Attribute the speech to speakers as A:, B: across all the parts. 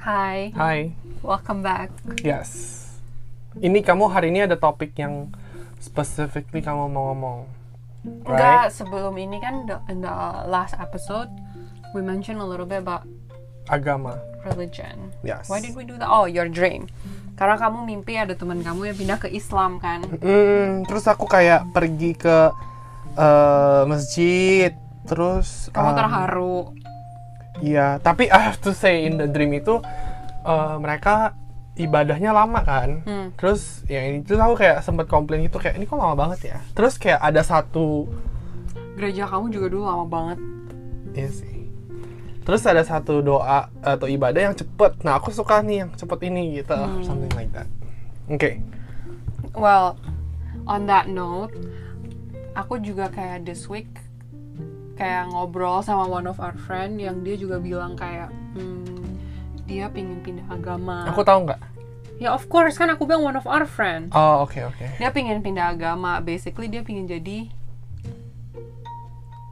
A: Hai,
B: Hai.
A: welcome back.
B: Yes. Ini kamu hari ini ada topik yang specifically kamu mau ngomong.
A: Enggak, sebelum ini kan the, in the last episode we mentioned a little bit about
B: Agama.
A: religion.
B: Yes.
A: Why did we do that? Oh, your dream. Karena kamu mimpi ada teman kamu yang pindah ke Islam kan.
B: Hmm, terus aku kayak pergi ke eh, masjid, terus
A: Kamu
B: em,
A: terharu.
B: Iya, tapi I have to say in the dream itu eh, mereka ibadahnya lama kan.
A: Hmm.
B: Terus ya itu aku kayak sempet komplain gitu kayak ini kok lama banget ya. Terus kayak ada satu
A: Gereja kamu juga dulu lama banget.
B: Iya sih. Terus ada satu doa atau ibadah yang cepet. Nah aku suka nih yang cepet ini gitu, something like that. Oke.
A: Well, on that note, aku juga kayak this week kayak ngobrol sama one of our friend yang dia juga bilang kayak hmm, dia pingin pindah agama.
B: Aku tahu nggak?
A: Ya of course kan aku bilang one of our friend.
B: Oh oke oke.
A: Dia pingin pindah agama. Basically dia pingin jadi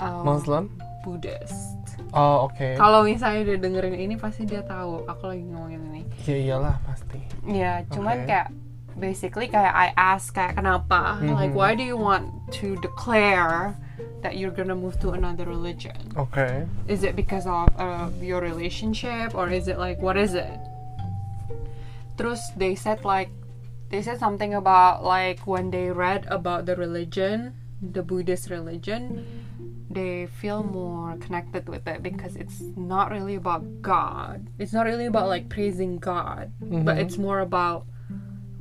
A: um,
B: Muslim?
A: Buddhist.
B: Oh oke.
A: Kalau misalnya dia dengerin ini pasti dia tahu aku lagi ngomongin ini.
B: Ya iyalah pasti.
A: Ya, cuman
B: Okay.
A: kayak basically kayak I ask kayak kenapa?
B: Mm-hmm.
A: Like why do you want to declare that you're gonna move to another religion?
B: Oke.
A: Is it because of uh, your relationship or is it like what is it? Terus they said like they said something about like when they read about the religion, the Buddhist religion, they feel more connected with it because it's not really about God. It's not really about like praising God, but it's more about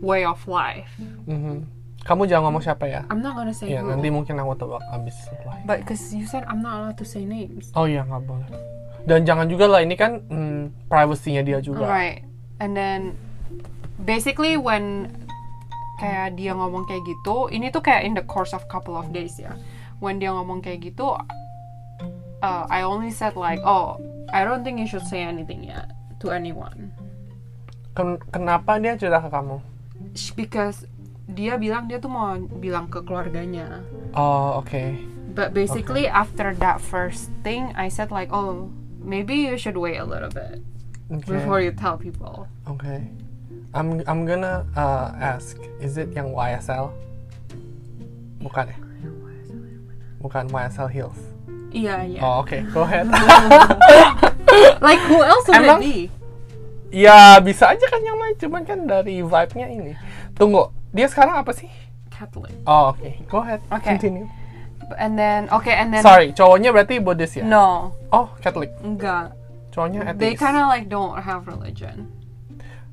A: way of life.
B: Mhm. Kamu jangan ngomong siapa ya?
A: I'm not gonna say
B: Ya
A: who,
B: nanti mungkin aku tebak abis setelah.
A: but because you said I'm not allowed to say names.
B: Oh iya nggak boleh. Dan jangan juga lah ini kan mm, privasinya dia juga.
A: Right. And then basically when kayak dia ngomong kayak gitu, ini tuh kayak in the course of couple of days ya. When dia ngomong kayak gitu, uh, I only said like, oh, I don't think you should say anything yet to anyone.
B: Ken- kenapa dia cerita ke kamu?
A: Sh- Because dia bilang dia tuh mau bilang ke keluarganya.
B: Oh oke.
A: But basically after that first thing, I said like, oh, maybe you should wait a little bit
B: Oke.
A: before you tell people.
B: Okay. I'm I'm gonna uh, ask, is it yang YSL? Bukan ya? Bukan YSL Hills.
A: Iya, iya.
B: Oh, oke. Go ahead.
A: Like who else would
B: Emang-
A: it be?
B: ya, bisa aja kan yang lain, cuman kan dari vibe-nya ini. Tunggu, dia sekarang apa sih?
A: Catholic.
B: Oh, oke. Go ahead.
A: Oke.
B: Continue.
A: And then okay, and then
B: Sorry, cowoknya berarti Buddhis ya?
A: no,
B: Oh, Catholic.
A: enggak.
B: Cowoknya
A: They
B: atheist.
A: kind of like don't have religion.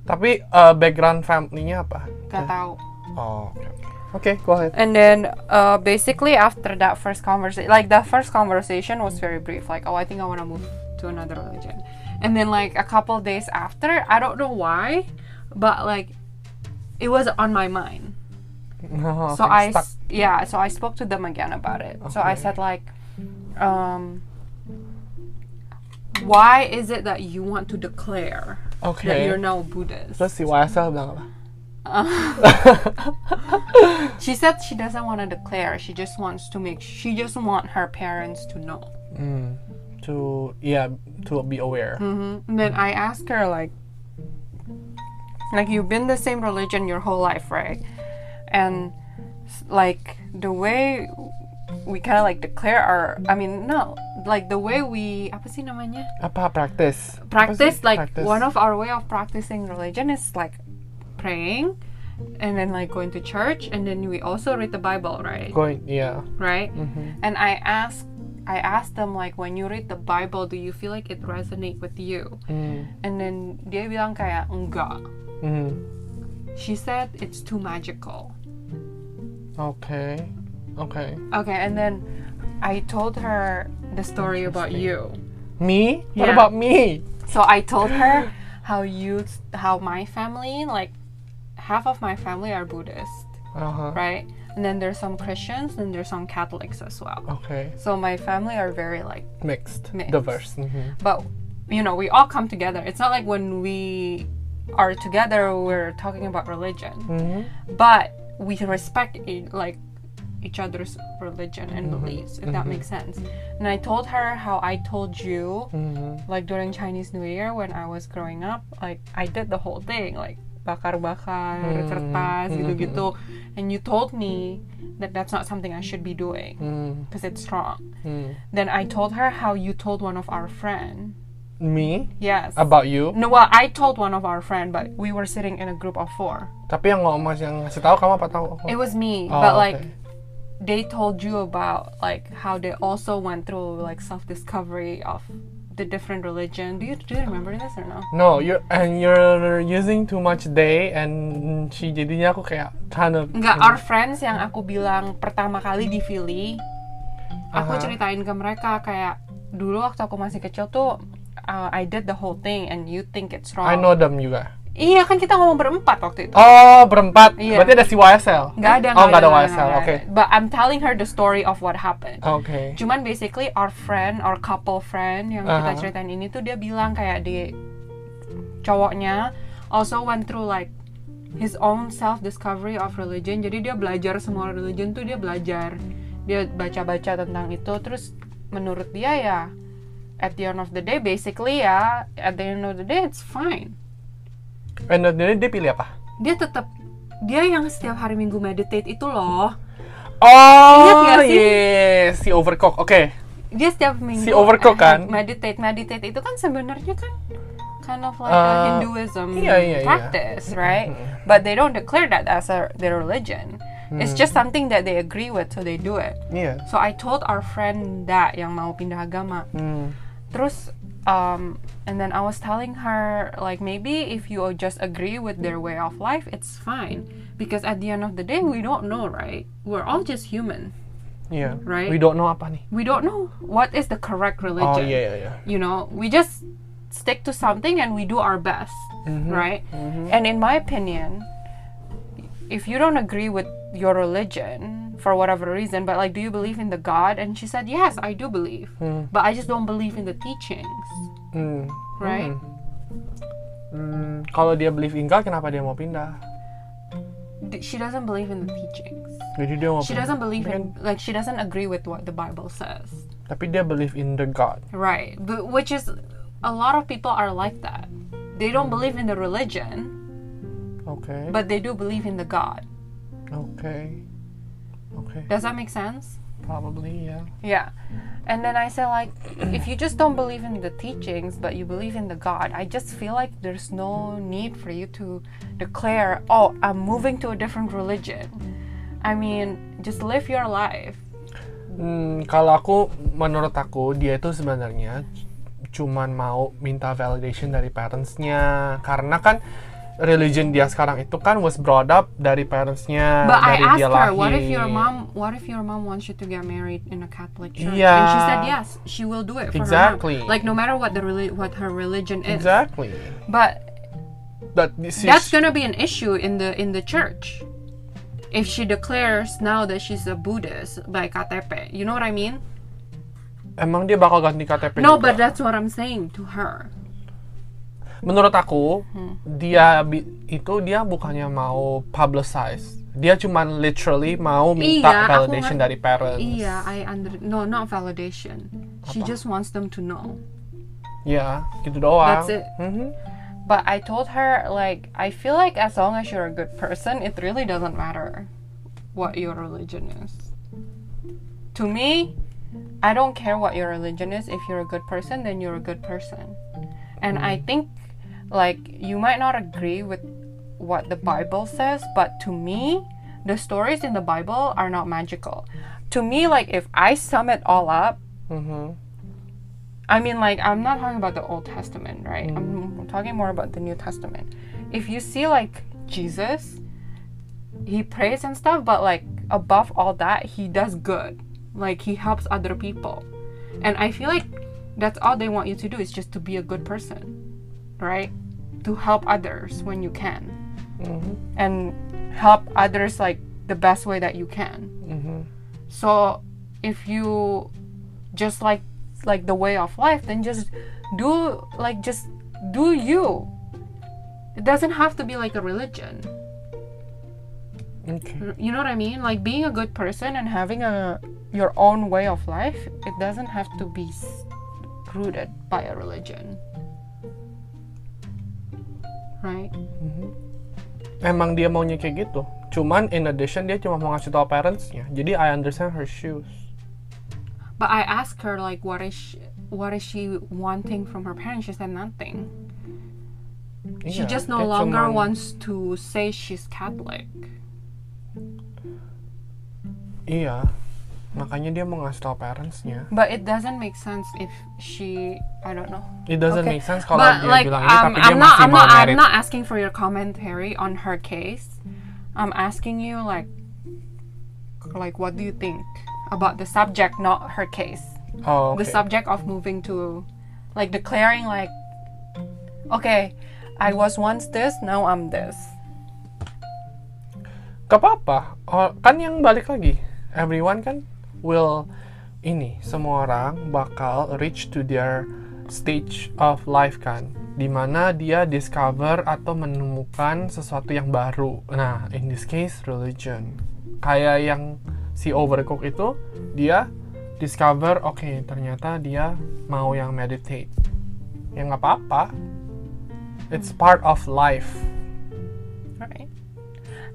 B: Tapi uh, background family-nya apa?
A: Gak tahu.
B: Oh, oke. Oke, go ahead.
A: And then uh, basically after that first conversation, like that first conversation was very brief. Like oh, I think I want to move to another religion. And then like a couple days after, I don't know why, but like it was on my mind.
B: Oh,
A: so
B: oke,
A: I
B: stuck.
A: s- yeah, so I spoke to them again about it. So I
B: Okay.
A: said like, um, why is it that you want to declare
B: Oke.
A: that you're now Buddhist?
B: Terus si YSL bilang apa?
A: She said she doesn't want to declare. She just wants to make. She just want her parents to know.
B: Hmm, to yeah to be aware.
A: And Mm-hmm. then I asked her like, like you've been the same religion your whole life, right? And s- like the way we kind of like declare our. I mean, no, like the way we apa sih namanya?
B: Apa praktis?
A: practice like
B: Practice.
A: one of our way of practicing religion is like praying and then like going to church and then we also read the bible right
B: Going yeah.
A: right and i asked i asked them like when you read the bible do you feel like it resonate with you
B: Hmm,
A: and then dia bilang kayak enggak
B: hmm.
A: she said it's too magical
B: Okay. Okay.
A: okay and then i told her the story about you
B: Me?
A: Yeah.
B: What about me?
A: So I told her how you, how my family, like half of my family are Buddhist,
B: Uh huh.
A: right? And then there's some Christians and there's some Catholics as well.
B: Okay.
A: So my family are very like,
B: Mixed.
A: Mixed.
B: Diverse. Mhm.
A: but you know, we all come together. It's not like when we are
B: Mm-hmm,
A: together, we're talking about religion,
B: Mhm.
A: but we respect it, e, like each other's religion and beliefs, if that makes sense. And I told her how I told you, like during Chinese New Year when I was growing up, like I did the whole thing, like bakar-bakar,
B: Mm-hmm.
A: kertas, gitu-gitu. And you told me that that's not something I should be doing
B: Mm. mm-hmm.
A: because it's wrong. Then I told her how you told one of our friend.
B: Me
A: Yes.
B: about you.
A: no, well, I told one of our friend, but we were sitting in a group of four.
B: Tapi yang ngomong yang ngasih tahu kamu apa tahu? aku?
A: It was me,
B: Oh,
A: but like
B: okay.
A: they told you about like how they also went through like self discovery of the different religion. Do you do you remember this or no?
B: No, you're and you're using too much they and she jadinya aku kayak kind of
A: Enggak, our friends yang aku bilang pertama kali di Philly, aku
B: Aha.
A: ceritain ke mereka kayak dulu waktu aku masih kecil tuh uh, I did the whole thing and you think it's wrong.
B: I know them juga.
A: Iya kan kita ngomong berempat waktu itu.
B: Oh, berempat.
A: Iya.
B: Berarti ada si YSL.
A: Nggak ada.
B: Oh, nggak ada
A: nggak
B: YSL.
A: nggak
B: Oke.
A: ada. But I'm telling her the story of what happened.
B: Oke.
A: Cuman basically our friend, our couple friend yang
B: Aha.
A: kita ceritain ini tuh dia bilang kayak di cowoknya also went through like his own self discovery of religion. Jadi dia belajar semua religion tuh dia belajar. Dia baca-baca tentang itu terus menurut dia ya at the end of the day basically ya at the end of the day it's fine.
B: And then dia pilih apa?
A: Dia tetap dia yang setiap hari Minggu meditate itu loh. Ingat
B: Oh,
A: nggak sih?
B: yes, si overcook. Oke.
A: dia setiap minggu
B: Si overcook kan?
A: meditate meditate itu kan sebenarnya kan kind of like a
B: Eh,
A: Hinduism
B: iya, iya, iya.
A: practice right but they don't declare that as a, their religion it's
B: Hmm.
A: just something that they agree with so they do it
B: Iya.
A: so I told our friend that yang mau pindah agama
B: Hmm.
A: terus um, and then I was telling her like maybe if you just agree with their way of life it's fine because at the end of the day we don't know right we're all just human
B: Iya.
A: Right.
B: We don't know apa nih.
A: we don't know what is the correct religion
B: Oh, iya iya iya.
A: you know we just stick to something and we do our best right and in my opinion if you don't agree with your religion for whatever reason but like do you believe in the god and she said yes i do believe but i just don't believe in the teachings
B: Hmm.
A: right
B: Hmm, Kalau dia believe in God, kenapa dia mau pindah?
A: D- she doesn't believe in the teachings
B: Jadi dia mau
A: she
B: pindah.
A: doesn't believe in like she doesn't agree with what the bible says
B: Tapi dia believe in the God.
A: Right, but which is a lot of people are like that. They don't believe in the religion,
B: Oke.
A: but they do believe in the God.
B: Oke. Oke.
A: Does that make sense?
B: Probably ya.
A: Yeah. And then I said like if you just don't believe in the teachings but you believe in the God, I just feel like there's no need for you to declare, "Oh, I'm moving to a different religion." I mean, just live your life.
B: Hmm, kalau aku, menurut aku, dia itu sebenarnya c- cuman mau minta validation dari parentsnya. Karena kan religion dia sekarang itu kan was brought up dari parentsnya,
A: But I
B: dari
A: asked
B: dia
A: her, what if your
B: lahir."
A: mom, what if your mom wants you to get married in a Catholic church? And she
B: Yeah.
A: said yes, she will do it for
B: Exactly.
A: her mom. Like no matter what the reli- what her religion is.
B: Exactly.
A: But
B: That this
A: that's
B: is
A: gonna be an issue in the in the church. If she declares now that she's a Buddhist by KTP, you know what I mean?
B: emang dia bakal ganti KTP
A: No,
B: juga.
A: but that's what I'm saying to her.
B: menurut aku
A: Hmm.
B: dia bi- itu dia bukannya mau publicize dia cuman literally mau minta
A: Iya, aku
B: validation
A: ngerti. Iya.
B: dari parents
A: Yeah, I under no, not validation. She just wants them to know.
B: ya gitu doang
A: That's it.
B: Mhm.
A: But I told her, like, I feel like as long as you're a good person, it really doesn't matter what your religion is. To me, I don't care what your religion is. If you're a good person, then you're a good person. And I think, like, you might not agree with what the Bible says, but to me, the stories in the Bible are not magical. To me, like, if I sum it all up,
B: Mhm.
A: I mean, like, I'm not talking about the Old Testament, right? I'm talking more about the New Testament. If you see, like, Jesus, he prays and stuff, but, like, above all that, he does good. Like, he helps other people. And I feel like that's all they want you to do is just to be a good person, right? To help others when you can.
B: Mm-hmm.
A: And help others, like, the best way that you can.
B: Mm-hmm.
A: So, if you just like like the way of life then just do like just do you it doesn't have to be like a religion
B: Okay.
A: you know what i mean like being a good person and having a your own way of life it doesn't have to be s- rooted by a religion right
B: Emang dia maunya kayak gitu. Cuman in addition dia cuma mau ngasih tau parentsnya. Jadi I understand her shoes.
A: but i asked her like what is she, what is she wanting from her parents she said nothing she
B: Iya,
A: just no
B: dia
A: longer
B: cuman-
A: wants to say she's catholic
B: Iya. Makanya dia mau ngasih tau parentsnya.
A: but it doesn't make sense if she i don't know
B: It doesn't
A: Okay.
B: make sense kalau
A: But
B: dia
A: like,
B: bilang
A: um,
B: ini tapi dia
A: I'm not,
B: masih
A: I'm
B: mau
A: not, I'm
B: married.
A: not asking for your commentary on her case. I'm asking you like, like what do you think about the subject, not her case,
B: Oh,
A: the
B: okay.
A: subject of moving to, like declaring like, okay, I was once this, now I'm this.
B: Gak apa-apa. Oh, kan yang balik lagi. Everyone kan will ini semua orang bakal reach to their stage of life kan dimana dia discover atau menemukan sesuatu yang baru nah in this case religion kayak yang si overcook itu dia discover oke ternyata dia mau yang meditate ya nggak apa-apa it's part of life
A: Right.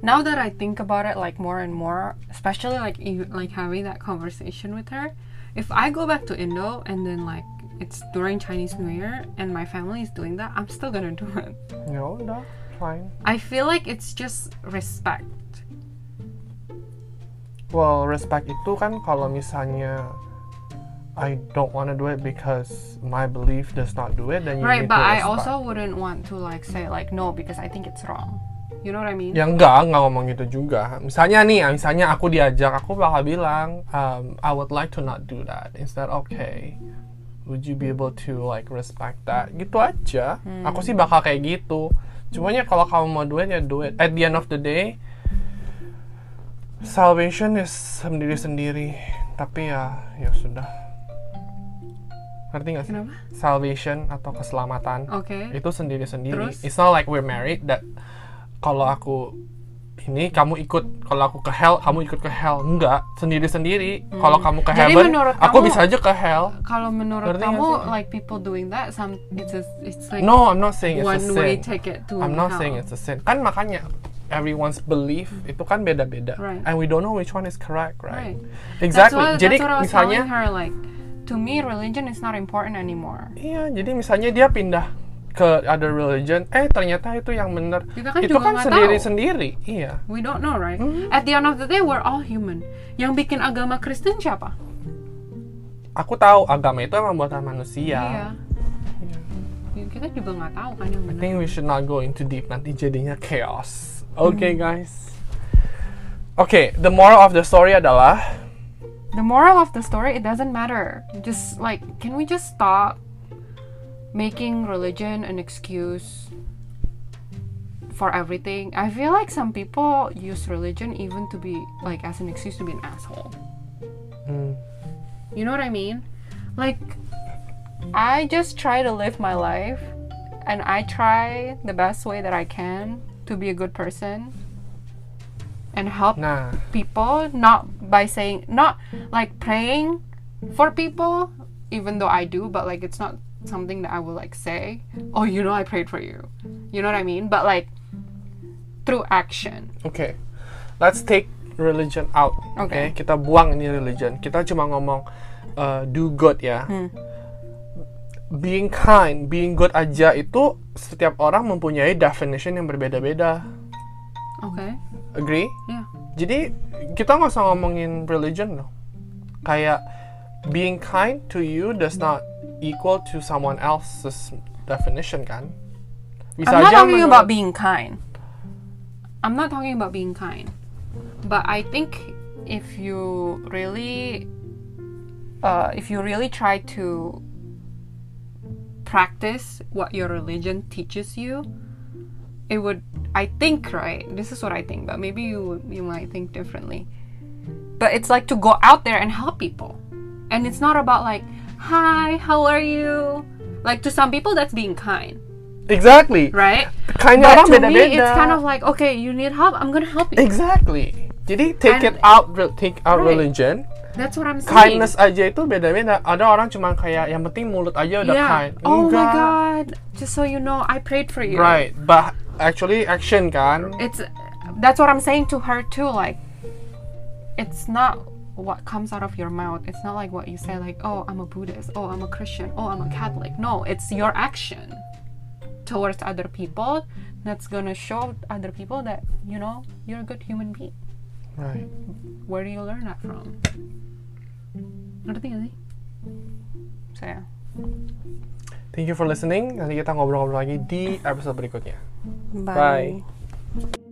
A: Now that I think about it, like more and more, especially like you- like having that conversation with her, if I go back to Indo and then like it's during Chinese New Year and my family is doing that, I'm still gonna do it.
B: ya udah fine
A: I feel like it's just respect.
B: Well, respect itu kan kalau misalnya I don't wanna do it because my belief does not do it, then you
A: right,
B: need
A: but
B: to
A: I
B: respect.
A: also wouldn't want to like say like no because I think it's wrong. You know what I mean?
B: Ya enggak, enggak ngomong gitu juga. Misalnya nih, misalnya aku diajak, aku bakal bilang, um, I would like to not do that. Is that okay? Would you be able to like respect that? Gitu aja. Aku sih bakal kayak gitu. Cuman ya kalau kamu mau do it, ya do it. At the end of the day, salvation is sendiri-sendiri. Tapi ya, ya sudah. Ngerti nggak sih?
A: Kenapa?
B: Salvation atau keselamatan
A: Okay.
B: itu sendiri-sendiri.
A: Terus?
B: It's not like we're married that kalau aku ini kamu ikut kalau aku ke hell kamu ikut ke hell enggak sendiri-sendiri. Kalau kamu ke
A: Hmm. Jadi
B: heaven
A: menurut
B: aku
A: kamu-
B: bisa aja ke hell.
A: Kalau menurut
B: Ngerti nggak
A: kamu
B: sih?
A: like people doing that, some it's a, it's like
B: No, I'm not saying it's a
A: one way
B: sin.
A: ticket to
B: I'm
A: hell.
B: not
A: Hmm.
B: saying it's a sin. Kan makanya everyone's belief itu kan beda-beda.
A: Right.
B: And we don't know which one is correct,
A: Right.
B: right? Exactly.
A: That's what,
B: Jadi
A: that's what I was
B: misalnya
A: telling her like to me religion is not important anymore.
B: Iya, jadi misalnya dia pindah ke other religion, eh ternyata itu yang benar.
A: Kita kan
B: itu
A: juga
B: kan
A: nggak tahu.
B: sendiri-sendiri. Iya.
A: We don't know, right?
B: Mm-hmm.
A: At the end of the day we're all human. Yang bikin agama Kristen siapa?
B: Aku tahu agama itu emang buatan manusia. Iya.
A: Iya. Kita juga nggak tahu kan yang
B: I
A: benar.
B: think we should not go into deep nanti jadinya chaos. Okay, guys. Okay, the moral of the story adalah
A: The moral of the story it doesn't matter. Just like can we just stop making religion an excuse for everything? I feel like some people use religion even to be like as an excuse to be an asshole.
B: hmm,
A: You know what I mean? Like, I just try to live my life and I try the best way that I can to be a good person and help
B: nah,
A: people, not by saying, not like praying for people, even though I do, but like it's not something that I will like say, oh, you know, I prayed for you. You know what I mean? But like through action.
B: okay. Let's take religion out.
A: Okay.
B: kita buang ini religion. Kita cuma ngomong uh, do good ya. Being kind, being good aja itu setiap orang mempunyai definition yang berbeda-beda.
A: Okay.
B: Agree?
A: Yeah.
B: Jadi kita nggak usah ngomongin religion loh. Kayak being kind to you does not equal to someone else's definition kan? Bisa
A: I'm not
B: aja
A: talking
B: menurut-
A: about being kind. I'm not talking about being kind. But I think if you really uh, if you really try to practice what your religion teaches you, it would I think, right? This is what I think, but maybe you you might think differently. But it's like to go out there and help people. And it's not about like, "Hi, how are you?" Like to some people that's being kind
B: Exactly.
A: right?
B: Kayaknya
A: But
B: orang
A: to me,
B: beda-beda.
A: it's kind of like, okay, you need help, I'm gonna help you.
B: Exactly. Jadi take
A: And-
B: it out, re- take out
A: Right.
B: religion.
A: That's what I'm saying.
B: Kindness aja itu beda-beda. Ada orang cuma kayak yang penting mulut aja udah
A: yeah.
B: kind.
A: Oh my
B: Enggak.
A: god. Just so you know, I prayed for you.
B: Right, but actually action kan.
A: It's that's what I'm saying to her too. Like, it's not what comes out of your mouth. It's not like what you say. Like, oh, I'm a Buddhist. Oh, I'm a Christian. Oh, I'm a Catholic. No, it's your action towards other people that's gonna show other people that you know you're a good human being.
B: Right.
A: Where do you learn that from? Ngerti gak sih? So yeah.
B: Thank you for listening. Nanti kita ngobrol-ngobrol lagi di episode berikutnya. Bye.